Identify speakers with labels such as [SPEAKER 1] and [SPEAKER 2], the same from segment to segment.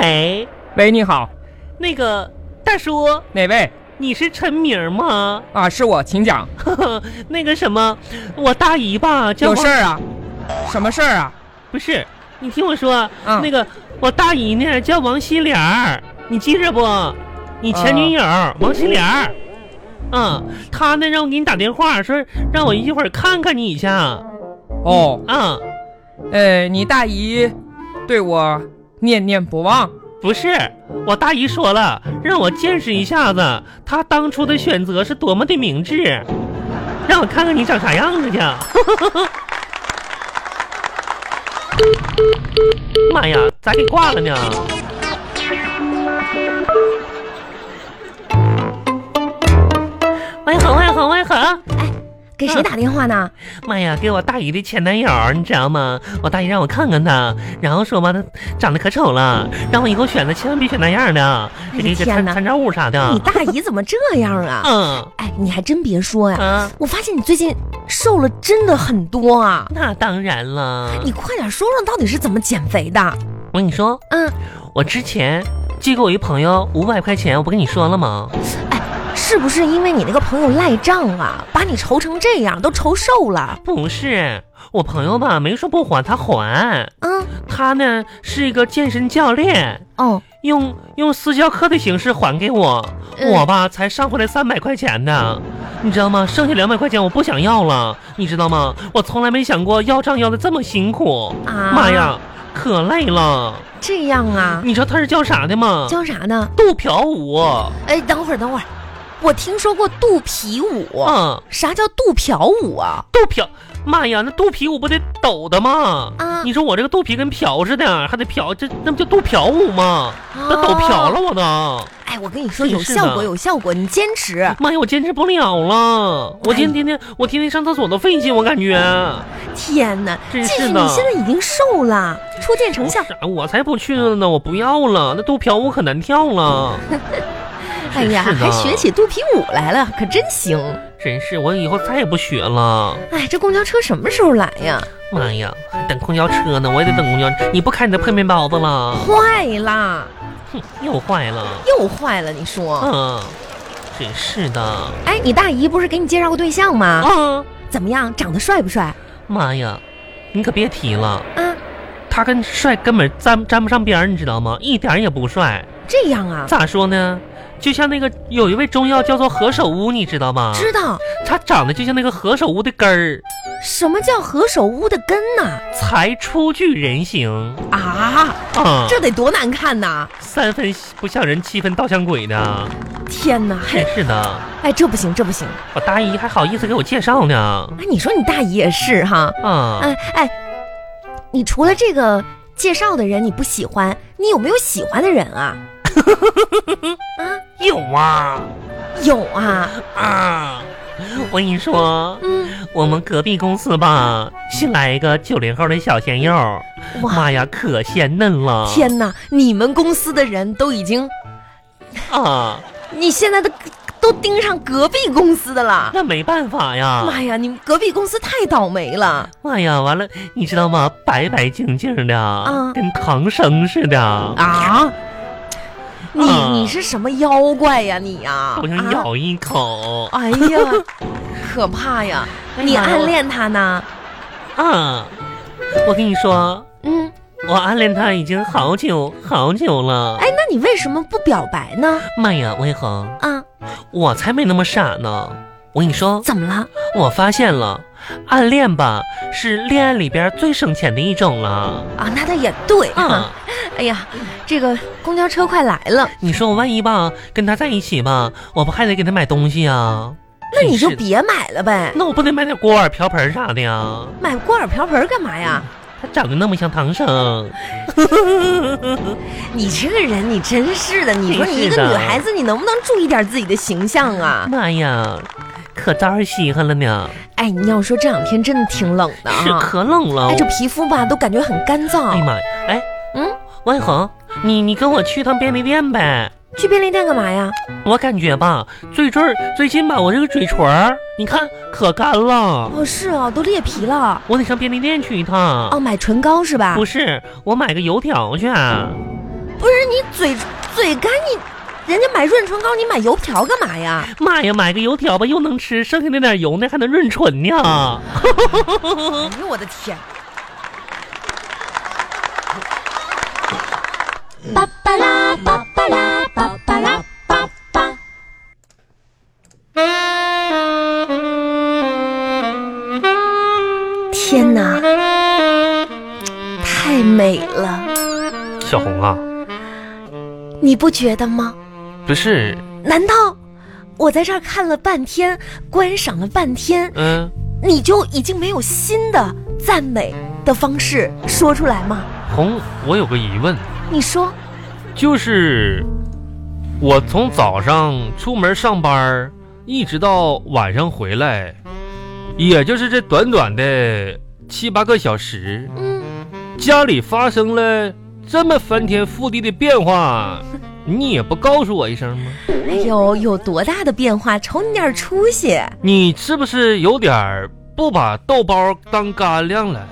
[SPEAKER 1] 喂，你好，
[SPEAKER 2] 那个大叔，
[SPEAKER 1] 哪位？
[SPEAKER 2] 你是陈明吗？
[SPEAKER 1] 啊，是我，请讲。
[SPEAKER 2] 那个什么，我大姨吧，叫
[SPEAKER 1] 有
[SPEAKER 2] 我
[SPEAKER 1] 事儿啊？什么事儿啊？
[SPEAKER 2] 不是，你听我说，
[SPEAKER 1] 嗯
[SPEAKER 2] 那个我大姨呢叫王心莲儿，你记着不？你前女友、
[SPEAKER 1] 呃
[SPEAKER 2] 王心莲儿，嗯，她呢让我给你打电话，说让我一会儿看看你一下。
[SPEAKER 1] 哦，
[SPEAKER 2] 嗯，
[SPEAKER 1] 呃，你大姨对我念念不忘。
[SPEAKER 2] 不是，我大姨说了，让我见识一下子她当初的选择是多么的明智，让我看看你长啥样子去。 妈呀，咋给挂了呢？喂恒，喂恒，喂恒！
[SPEAKER 3] 给
[SPEAKER 2] 嗯
[SPEAKER 3] 谁打电话呢？
[SPEAKER 2] 妈呀，给我大姨的前男友，你知道吗？我大姨让我看看他，然后说嘛，他长得可丑了，让我以后选择千万别选那样的，
[SPEAKER 3] 哎
[SPEAKER 2] 这个
[SPEAKER 3] 呀
[SPEAKER 2] 这
[SPEAKER 3] 天
[SPEAKER 2] 参
[SPEAKER 3] 哪
[SPEAKER 2] 参照物啥
[SPEAKER 3] 你
[SPEAKER 2] 的。
[SPEAKER 3] 大姨怎么这样啊？
[SPEAKER 2] 啊嗯
[SPEAKER 3] 哎，你还真别说呀，
[SPEAKER 2] 啊，
[SPEAKER 3] 我发现你最近瘦了真的很多啊！
[SPEAKER 2] 那当然了。
[SPEAKER 3] 你快点说说到底是怎么减肥的？
[SPEAKER 2] 我跟你说，
[SPEAKER 3] 嗯，
[SPEAKER 2] 我之前借给我一朋友五百块钱，我不跟你说了吗？
[SPEAKER 3] 是不是因为你那个朋友赖账啊，把你愁成这样，都愁瘦了？
[SPEAKER 2] 不是，我朋友吧没说不还，他还。
[SPEAKER 3] 嗯，
[SPEAKER 2] 他呢是一个健身教练，
[SPEAKER 3] 哦，
[SPEAKER 2] 用用私教课的形式还给我，
[SPEAKER 3] 嗯
[SPEAKER 2] 我吧才上回来三百块钱呢，你知道吗？剩下两百块钱我不想要了，你知道吗？我从来没想过要账要的这么辛苦，
[SPEAKER 3] 啊
[SPEAKER 2] 妈呀，嗯可累了！
[SPEAKER 3] 这样啊，
[SPEAKER 2] 你知道他是叫啥的吗？
[SPEAKER 3] 叫啥呢？
[SPEAKER 2] 杜嫖舞。
[SPEAKER 3] 哎，等会儿，等会儿，我听说过肚皮舞，
[SPEAKER 2] 嗯，
[SPEAKER 3] 啥叫肚瓢舞啊？
[SPEAKER 2] 杜嫖，妈呀，那肚皮舞不得抖的吗？
[SPEAKER 3] 啊
[SPEAKER 2] 你说我这个肚皮跟瓢似的，还得瓢，这那不叫肚瓢舞
[SPEAKER 3] 啊
[SPEAKER 2] 吗？那抖瓢了我都。
[SPEAKER 3] 哎，我跟你说，
[SPEAKER 2] 真
[SPEAKER 3] 有
[SPEAKER 2] 是
[SPEAKER 3] 效
[SPEAKER 2] 的
[SPEAKER 3] 果，有效果，你坚持。
[SPEAKER 2] 妈呀，我坚持不了了！我今天天天我天天上厕所都费劲，我感觉。
[SPEAKER 3] 天哪，
[SPEAKER 2] 真
[SPEAKER 3] 即
[SPEAKER 2] 是
[SPEAKER 3] 使
[SPEAKER 2] 的
[SPEAKER 3] 你现在已经瘦了，初见成效。
[SPEAKER 2] 啥？我才不去呢！我不要了，那肚瓢舞可难跳了。
[SPEAKER 3] 哎呀，
[SPEAKER 2] 是的
[SPEAKER 3] 还学起肚皮舞来了，可真行。
[SPEAKER 2] 真是，我以后再也不学了。
[SPEAKER 3] 哎，这公交车什么时候来呀？
[SPEAKER 2] 妈呀，等公交车呢，我也得等公交车。你不开你的破面包子了？
[SPEAKER 3] 坏啦，
[SPEAKER 2] 哼，又坏了。
[SPEAKER 3] 又坏了，你说？
[SPEAKER 2] 嗯，真是的。
[SPEAKER 3] 哎，你大姨不是给你介绍过对象吗？
[SPEAKER 2] 啊，
[SPEAKER 3] 怎么样，长得帅不帅？
[SPEAKER 2] 妈呀，你可别提了，
[SPEAKER 3] 啊，
[SPEAKER 2] 他跟帅根本沾沾不上边儿，你知道吗？一点儿也不帅。
[SPEAKER 3] 这样啊？
[SPEAKER 2] 咋说呢？就像那个有一位中药叫做何首乌，你知道吗？
[SPEAKER 3] 知道
[SPEAKER 2] 它长得就像那个何首乌的根儿，
[SPEAKER 3] 什么叫何首乌的根呐？
[SPEAKER 2] 才初具人形
[SPEAKER 3] 啊，
[SPEAKER 2] 啊，
[SPEAKER 3] 这得多难看呐！
[SPEAKER 2] 三分不像人，七分倒像鬼呢。
[SPEAKER 3] 天哪，
[SPEAKER 2] 真是的，
[SPEAKER 3] 哎，这不行，这不行！
[SPEAKER 2] 我大姨还好意思给我介绍呢。
[SPEAKER 3] 哎，你说你大姨也是哈？
[SPEAKER 2] 啊，
[SPEAKER 3] 哎哎，你除了这个介绍的人你不喜欢，你有没有喜欢的人啊？
[SPEAKER 2] 有啊
[SPEAKER 3] 有啊，
[SPEAKER 2] 啊！我跟你说，
[SPEAKER 3] 嗯，
[SPEAKER 2] 我们隔壁公司吧，新来一个九零后的小鲜肉，
[SPEAKER 3] 哇，
[SPEAKER 2] 妈呀，可鲜嫩了！
[SPEAKER 3] 天哪，你们公司的人都已经，
[SPEAKER 2] 啊，
[SPEAKER 3] 你现在的都盯上隔壁公司的了。
[SPEAKER 2] 那没办法呀。
[SPEAKER 3] 妈呀，你们隔壁公司太倒霉了！
[SPEAKER 2] 妈哎呀，完了，你知道吗？白白净净的，
[SPEAKER 3] 啊
[SPEAKER 2] 跟唐僧似的啊，
[SPEAKER 3] 啊，你
[SPEAKER 2] 啊
[SPEAKER 3] 你是什么妖怪呀你呀？
[SPEAKER 2] 我想
[SPEAKER 3] 啊
[SPEAKER 2] 咬一口啊
[SPEAKER 3] 哎呀，可怕呀！
[SPEAKER 2] 哎呀
[SPEAKER 3] 你暗恋他呢？
[SPEAKER 2] 我跟你说，
[SPEAKER 3] 嗯，
[SPEAKER 2] 我暗恋他已经好久好久了。
[SPEAKER 3] 哎，那你为什么不表白呢？
[SPEAKER 2] 妈呀，魏恒，
[SPEAKER 3] 啊，
[SPEAKER 2] 我才没那么傻呢！我跟你说，
[SPEAKER 3] 怎么了？
[SPEAKER 2] 我发现了，暗恋吧是恋爱里边最省钱的一种了。
[SPEAKER 3] 啊，那倒也对
[SPEAKER 2] 啊
[SPEAKER 3] 啊。，哎呀，这个公交车快来了，
[SPEAKER 2] 你说我万一吧跟他在一起吧，我不还得给他买东西啊？
[SPEAKER 3] 那你就
[SPEAKER 2] 真是的
[SPEAKER 3] 别买了呗。
[SPEAKER 2] 那我不得买点锅碗瓢盆啥的呀？
[SPEAKER 3] 买锅碗瓢盆干嘛呀？
[SPEAKER 2] 他长得那么像唐僧，
[SPEAKER 3] 你这个人，你真是的！你说
[SPEAKER 2] 真
[SPEAKER 3] 你一
[SPEAKER 2] 是
[SPEAKER 3] 个
[SPEAKER 2] 的
[SPEAKER 3] 女孩子，你能不能注意点自己的形象啊？
[SPEAKER 2] 妈呀，可招人稀罕了呢，
[SPEAKER 3] 哎，你要说这两天真的挺冷的
[SPEAKER 2] 是
[SPEAKER 3] 啊，
[SPEAKER 2] 可冷了。
[SPEAKER 3] 哎，这皮肤吧都感觉很干
[SPEAKER 2] 哎呀
[SPEAKER 3] 燥。
[SPEAKER 2] 妈呀，哎，
[SPEAKER 3] 嗯，
[SPEAKER 2] 万恒，你你跟我去趟便利店呗。
[SPEAKER 3] 去便利店干嘛呀？
[SPEAKER 2] 我感觉吧，最近最近吧，我这个嘴唇儿，你看可干了，
[SPEAKER 3] 哦，是哦，都裂皮了。
[SPEAKER 2] 我得
[SPEAKER 3] 哦
[SPEAKER 2] 上便利店去一趟。
[SPEAKER 3] 哦，买唇膏是吧
[SPEAKER 2] 啊不？是，我买个油条去。
[SPEAKER 3] 不是你嘴嘴干，你人家买润唇膏，你买油条干嘛呀？
[SPEAKER 2] 妈呀，买个油条吧，又能吃，剩下那点油呢，还能润唇呢。
[SPEAKER 1] 哎呦我的天！
[SPEAKER 4] 巴巴拉巴巴拉巴巴拉巴巴。
[SPEAKER 3] 天哪，太美了，
[SPEAKER 2] 小红啊，
[SPEAKER 3] 你不觉得吗？
[SPEAKER 2] 不是，
[SPEAKER 3] 难道我在这儿看了半天，观赏了半天，
[SPEAKER 2] 嗯、
[SPEAKER 3] 你就已经没有新的赞美的方式说出来吗？
[SPEAKER 2] 红，我有个疑问，
[SPEAKER 3] 你说，
[SPEAKER 2] 就是我从早上出门上班儿，一直到晚上回来，也就是这短短的七八个小时，
[SPEAKER 3] 嗯，
[SPEAKER 2] 家里发生了这么翻天覆地的变化，你也不告诉我一声吗？
[SPEAKER 3] 哎呦，有多大的变化？瞅你点儿出息，
[SPEAKER 2] 你是不是有点儿不把豆包当干粮了？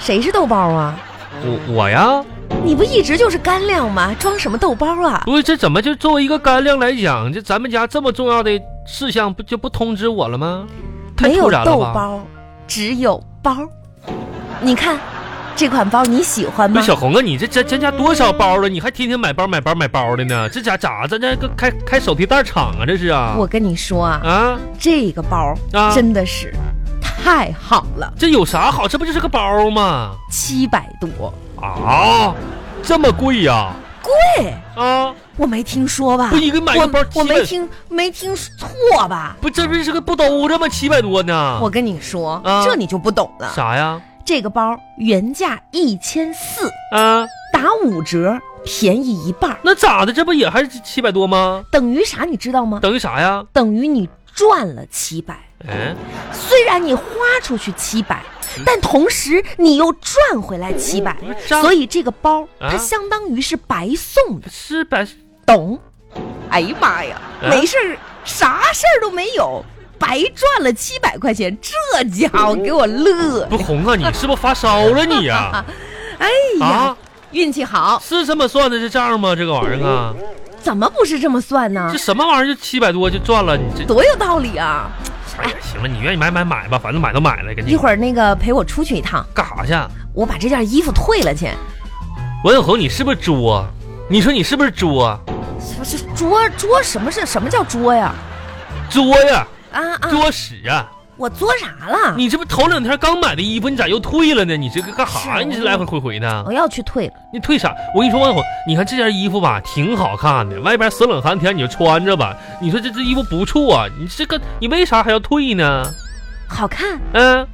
[SPEAKER 3] 谁是豆包啊？
[SPEAKER 2] 我我呀，
[SPEAKER 3] 你不一直就是干粮吗？装什么豆包啊？
[SPEAKER 2] 不是这怎么就作为一个干粮来讲，这咱们家这么重要的事项不就不通知我了吗？太
[SPEAKER 3] 没
[SPEAKER 2] 突
[SPEAKER 3] 有
[SPEAKER 2] 然了
[SPEAKER 3] 豆
[SPEAKER 2] 吧？
[SPEAKER 3] 包，只有包。你看，这款包你喜欢
[SPEAKER 2] 不
[SPEAKER 3] 吗
[SPEAKER 2] 是？小红啊，你这咱咱家多少包了？你还天天买包买包买包的呢？这家咋咱这个开开手提袋厂啊？这是啊？
[SPEAKER 3] 我跟你说啊，
[SPEAKER 2] 啊
[SPEAKER 3] 这个包
[SPEAKER 2] 啊！
[SPEAKER 3] 真的是太好了，
[SPEAKER 2] 这有啥好？这不就是个包吗？
[SPEAKER 3] 七百多，
[SPEAKER 2] 啊，这么贵呀、
[SPEAKER 3] 贵，
[SPEAKER 2] 啊？
[SPEAKER 3] 我没听说吧
[SPEAKER 2] 不？一个买个包
[SPEAKER 3] 我我
[SPEAKER 2] 七百
[SPEAKER 3] 没听没听错吧？
[SPEAKER 2] 不这不是个不兜着吗？七百多呢？
[SPEAKER 3] 我跟你说，
[SPEAKER 2] 啊
[SPEAKER 3] 这你就不懂了。
[SPEAKER 2] 啥呀？
[SPEAKER 3] 这个包原价一千四，
[SPEAKER 2] 啊，
[SPEAKER 3] 打五折便宜一半儿，
[SPEAKER 2] 那咋的？这不也还是七百多吗？
[SPEAKER 3] 等于啥？你知道吗？
[SPEAKER 2] 等于啥呀？
[SPEAKER 3] 等于你赚了七百。
[SPEAKER 2] 嗯、
[SPEAKER 3] 虽然你花出去七百，但同时你又赚回来七百，
[SPEAKER 2] 不是张
[SPEAKER 3] 所以这个包
[SPEAKER 2] 嗯啊
[SPEAKER 3] 它相当于是白送的，
[SPEAKER 2] 是百
[SPEAKER 3] 懂？哎呀妈呀，
[SPEAKER 2] 啊
[SPEAKER 3] 没事儿，啥事儿都没有，白赚了七百块钱，这家伙给我乐
[SPEAKER 2] 不，红啊？你是不是发烧了你 呀、
[SPEAKER 3] 哎
[SPEAKER 2] 啊？
[SPEAKER 3] 呀，运气好，
[SPEAKER 2] 是这么算的这账吗？这个玩意儿啊，
[SPEAKER 3] 怎么不是这么算呢
[SPEAKER 2] 这？什么玩意儿就七百多就赚了？你这
[SPEAKER 3] 多有道理啊！
[SPEAKER 2] 哎呀，行了，你愿意买买买吧，反正买都买了，赶
[SPEAKER 3] 一
[SPEAKER 2] 紧
[SPEAKER 3] 会儿那个陪我出去一趟，
[SPEAKER 2] 干啥去？
[SPEAKER 3] 我把这件衣服退了去。
[SPEAKER 2] 王小红，你是不是作？你说你是啊不是作？
[SPEAKER 3] 不是捉捉什么是什么叫捉呀？
[SPEAKER 2] 作呀，
[SPEAKER 3] 啊啊！
[SPEAKER 2] 作死啊！
[SPEAKER 3] 我作啥了？
[SPEAKER 2] 你这不头两天刚买的衣服，你咋又退了呢？你这个干啥呀？
[SPEAKER 3] 是哎
[SPEAKER 2] 你这来回回回的，
[SPEAKER 3] 我要去退了。
[SPEAKER 2] 你退啥？我跟你说，万红，你看这件衣服吧，挺好看的，外边死冷寒天你就穿着吧。你说这这衣服不错啊，你这个你为啥还要退呢？
[SPEAKER 3] 好看，
[SPEAKER 2] 嗯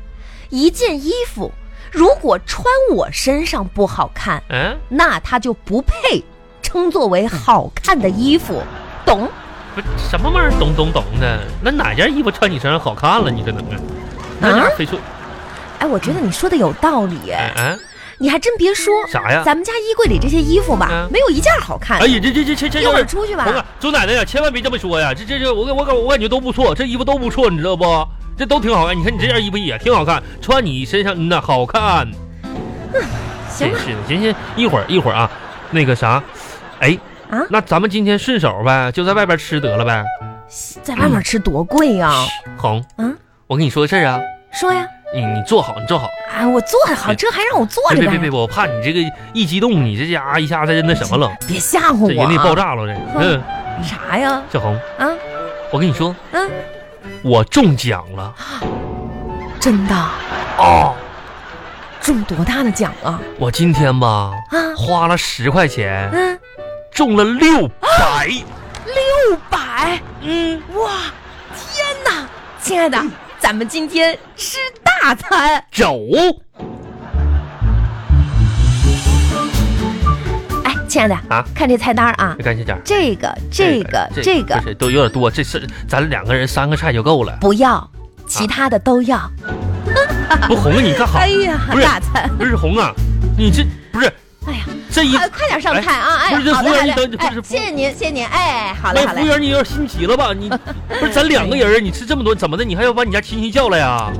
[SPEAKER 3] 一件衣服如果穿我身上不好看，
[SPEAKER 2] 嗯，
[SPEAKER 3] 那它就不配称作为好看的衣服，懂？
[SPEAKER 2] 不是什么玩意儿，懂懂懂的。那哪件衣服穿你身上好看了？你这能啊？那哪非说
[SPEAKER 3] 哎，我觉得你说的有道理，
[SPEAKER 2] 哎哎
[SPEAKER 3] 你还真别说，
[SPEAKER 2] 啥呀？
[SPEAKER 3] 咱们家衣柜里这些衣服吧
[SPEAKER 2] 嗯，
[SPEAKER 3] 没有一件好看
[SPEAKER 2] 哎。呀，这这这这这
[SPEAKER 3] 一会儿
[SPEAKER 2] 这。
[SPEAKER 3] 出去
[SPEAKER 2] 红啊
[SPEAKER 3] 吧，，
[SPEAKER 2] 周奶奶呀，千万别这么说呀！这这这，我感我感我感觉都不错，这衣服都不错，你知道不？这都挺好看。你看你这件衣服也挺好看，穿你身上嗯呐好看。
[SPEAKER 3] 行
[SPEAKER 2] 真
[SPEAKER 3] 吧？
[SPEAKER 2] 是的，行行，一会儿一会儿啊，那个啥，哎，
[SPEAKER 3] 啊
[SPEAKER 2] 那咱们今天顺手呗，就在外边吃得了呗。哎
[SPEAKER 3] 在外面吃多贵呀、
[SPEAKER 2] 红，
[SPEAKER 3] 嗯，
[SPEAKER 2] 我跟你说个事儿啊，
[SPEAKER 3] 说呀，
[SPEAKER 2] 你你坐好，你坐好，
[SPEAKER 3] 哎，我坐好，
[SPEAKER 2] 别
[SPEAKER 3] 这还让我坐着
[SPEAKER 2] 别别别
[SPEAKER 3] 干
[SPEAKER 2] 别，
[SPEAKER 3] 啥？
[SPEAKER 2] 我怕你这个一激动，你这家伙一下子那什么了，
[SPEAKER 3] 别
[SPEAKER 2] 这
[SPEAKER 3] 吓唬我
[SPEAKER 2] 人力
[SPEAKER 3] 啊！
[SPEAKER 2] 爆炸了这。嗯，
[SPEAKER 3] 啥呀？
[SPEAKER 2] 小红，
[SPEAKER 3] 啊，
[SPEAKER 2] 我跟你说，
[SPEAKER 3] 嗯，
[SPEAKER 2] 我中奖了
[SPEAKER 3] 真的
[SPEAKER 2] 哦，
[SPEAKER 3] 中多大的奖啊？
[SPEAKER 2] 我今天吧
[SPEAKER 3] 啊，
[SPEAKER 2] 花了十块钱
[SPEAKER 3] 嗯，
[SPEAKER 2] 中了六百，
[SPEAKER 3] 六百，
[SPEAKER 2] 嗯，
[SPEAKER 3] 哇，天哪！亲爱的，咱们今天吃大餐。
[SPEAKER 2] 走，
[SPEAKER 3] 哎，亲爱的
[SPEAKER 2] 啊
[SPEAKER 3] 看这菜单啊，
[SPEAKER 2] 干这点儿。
[SPEAKER 3] 这个、这个、这
[SPEAKER 2] 这
[SPEAKER 3] 个
[SPEAKER 2] 不是都有点多，这是咱两个人三个菜就够了。
[SPEAKER 3] 不要，其他的都要。
[SPEAKER 2] 不红啊，你干哈
[SPEAKER 3] 哎？呀
[SPEAKER 2] 不，是
[SPEAKER 3] 大餐！
[SPEAKER 2] 不是红啊，你这不是
[SPEAKER 3] 哎呀，
[SPEAKER 2] 这一
[SPEAKER 3] 快快点上菜啊！哎，
[SPEAKER 2] 不是这
[SPEAKER 3] 好的
[SPEAKER 2] 服务员你
[SPEAKER 3] 好
[SPEAKER 2] 等
[SPEAKER 3] 的
[SPEAKER 2] 你，
[SPEAKER 3] 哎
[SPEAKER 2] 不是，服务
[SPEAKER 3] 谢谢您，谢谢您。哎，好嘞
[SPEAKER 2] 那
[SPEAKER 3] 好
[SPEAKER 2] 服务
[SPEAKER 3] 嘞， 哎
[SPEAKER 2] 员你有点心急了吧？你不是咱两个人，你吃这么多怎么的？你还要把你家亲戚叫来呀？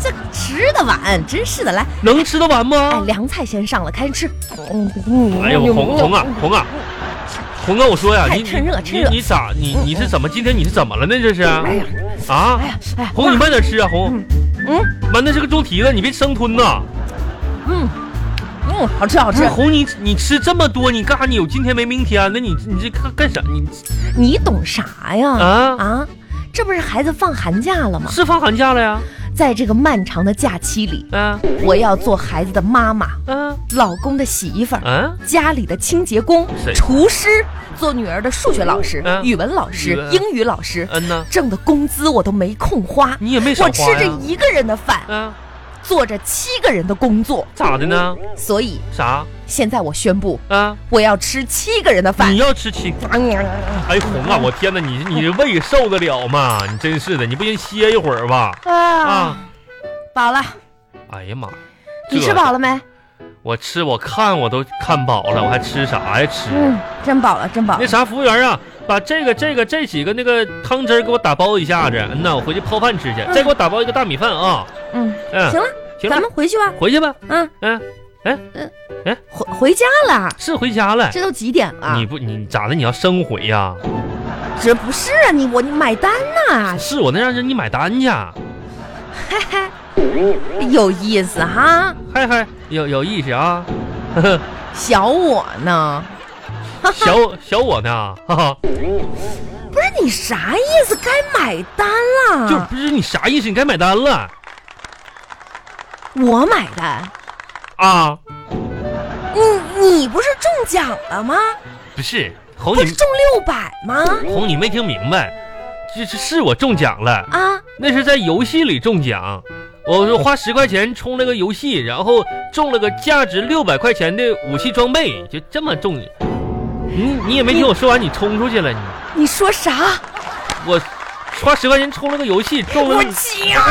[SPEAKER 3] 这吃的晚，真是的。来，
[SPEAKER 2] 能吃得完
[SPEAKER 3] 哎，
[SPEAKER 2] 吗？
[SPEAKER 3] 凉菜先上了，开始吃。
[SPEAKER 2] 啊
[SPEAKER 3] 嗯
[SPEAKER 2] 哎呀，红红啊红啊红啊！我说呀，
[SPEAKER 3] 快
[SPEAKER 2] 你
[SPEAKER 3] 哎趁热趁
[SPEAKER 2] 你
[SPEAKER 3] 热
[SPEAKER 2] 你咋你你是怎么今天你是怎么了呢？这是
[SPEAKER 3] 哎呀，
[SPEAKER 2] 啊
[SPEAKER 3] 哎？呀，哎呀，
[SPEAKER 2] 红，你慢点吃啊，红。
[SPEAKER 3] 嗯，
[SPEAKER 2] 妈，那是个猪蹄子，你别生吞呐。
[SPEAKER 3] 嗯嗯，好吃好
[SPEAKER 2] 不
[SPEAKER 3] 吃
[SPEAKER 2] 是。红，你你吃这么多，你干啥？你有今天没明天啊的？你你这干干啥？你
[SPEAKER 3] 你懂啥呀？
[SPEAKER 2] 啊，
[SPEAKER 3] 啊，这不是孩子放寒假了吗？
[SPEAKER 2] 是放寒假了呀？
[SPEAKER 3] 在这个漫长的假期里，
[SPEAKER 2] 啊
[SPEAKER 3] 我要做孩子的妈妈，
[SPEAKER 2] 啊
[SPEAKER 3] 老公的媳妇儿。
[SPEAKER 2] 啊！
[SPEAKER 3] 家里的清洁工
[SPEAKER 2] 谁、
[SPEAKER 3] 厨师，做女儿的数学老师、
[SPEAKER 2] 嗯
[SPEAKER 3] 语文老师、
[SPEAKER 2] 语文
[SPEAKER 3] 英语老师，
[SPEAKER 2] 嗯呐，
[SPEAKER 3] 挣的工资我都没空花。
[SPEAKER 2] 你也没少
[SPEAKER 3] 我
[SPEAKER 2] 花
[SPEAKER 3] 吃
[SPEAKER 2] 呀
[SPEAKER 3] 着一个人的饭，
[SPEAKER 2] 啊，
[SPEAKER 3] 做着七个人的工作，
[SPEAKER 2] 咋的呢？
[SPEAKER 3] 所以
[SPEAKER 2] 啥
[SPEAKER 3] 现在我宣布，
[SPEAKER 2] 啊？
[SPEAKER 3] 我要吃七个人的饭嗯
[SPEAKER 2] 你。要吃七？哎，红啊！我天哪，你你这胃受得了吗？你真是的，你不行歇一会儿吧？
[SPEAKER 3] 啊，
[SPEAKER 2] 啊！
[SPEAKER 3] 饱了，
[SPEAKER 2] 哎呀妈！
[SPEAKER 3] 你
[SPEAKER 2] 这
[SPEAKER 3] 吃饱了没？
[SPEAKER 2] 我吃，我看我都看饱了，我还吃啥呀？吃
[SPEAKER 3] 嗯，真饱了，真饱
[SPEAKER 2] 那
[SPEAKER 3] 了。
[SPEAKER 2] 啥，服务员啊，把这个、这个、这几个那个汤汁儿给我打包一下子。嗯呐，我回去泡饭吃去。再给我打包一个大米饭啊。
[SPEAKER 3] 嗯，
[SPEAKER 2] 嗯，
[SPEAKER 3] 行了，
[SPEAKER 2] 行
[SPEAKER 3] 咱
[SPEAKER 2] 了，
[SPEAKER 3] 们回去吧。
[SPEAKER 2] 回去吧。
[SPEAKER 3] 嗯
[SPEAKER 2] 嗯，哎
[SPEAKER 3] 嗯
[SPEAKER 2] 哎
[SPEAKER 3] 回回家了，
[SPEAKER 2] 是回家了。
[SPEAKER 3] 这都几点了
[SPEAKER 2] 你？不你咋的？你要生回呀、
[SPEAKER 3] 这不是啊，你我你买单呐、
[SPEAKER 2] 是我那让人你买单去。
[SPEAKER 3] 嘿嘿，有意思哈，
[SPEAKER 2] 嗨嗨，有有意思啊。呵呵
[SPEAKER 3] 小我呢？
[SPEAKER 2] 小小我呢，哈哈，
[SPEAKER 3] 不是你啥意思？该买单了，
[SPEAKER 2] 就不是你啥意思？你该买单了
[SPEAKER 3] 我买单。
[SPEAKER 2] 啊？
[SPEAKER 3] 你你不是中奖了吗？
[SPEAKER 2] 不是，红
[SPEAKER 3] 不
[SPEAKER 2] 你
[SPEAKER 3] 是中六百吗？
[SPEAKER 2] 红你没听明白，这这是我中奖了。
[SPEAKER 3] 啊，
[SPEAKER 2] 那是在游戏里中奖，我是花十块钱充了个游戏，然后中了个价值六百块钱的武器装备，就这么中。你你也没听我说完，你冲出去了，你
[SPEAKER 3] 你说啥？
[SPEAKER 2] 我花十块钱充了个游戏，中了
[SPEAKER 3] 我
[SPEAKER 2] 个
[SPEAKER 3] 奖。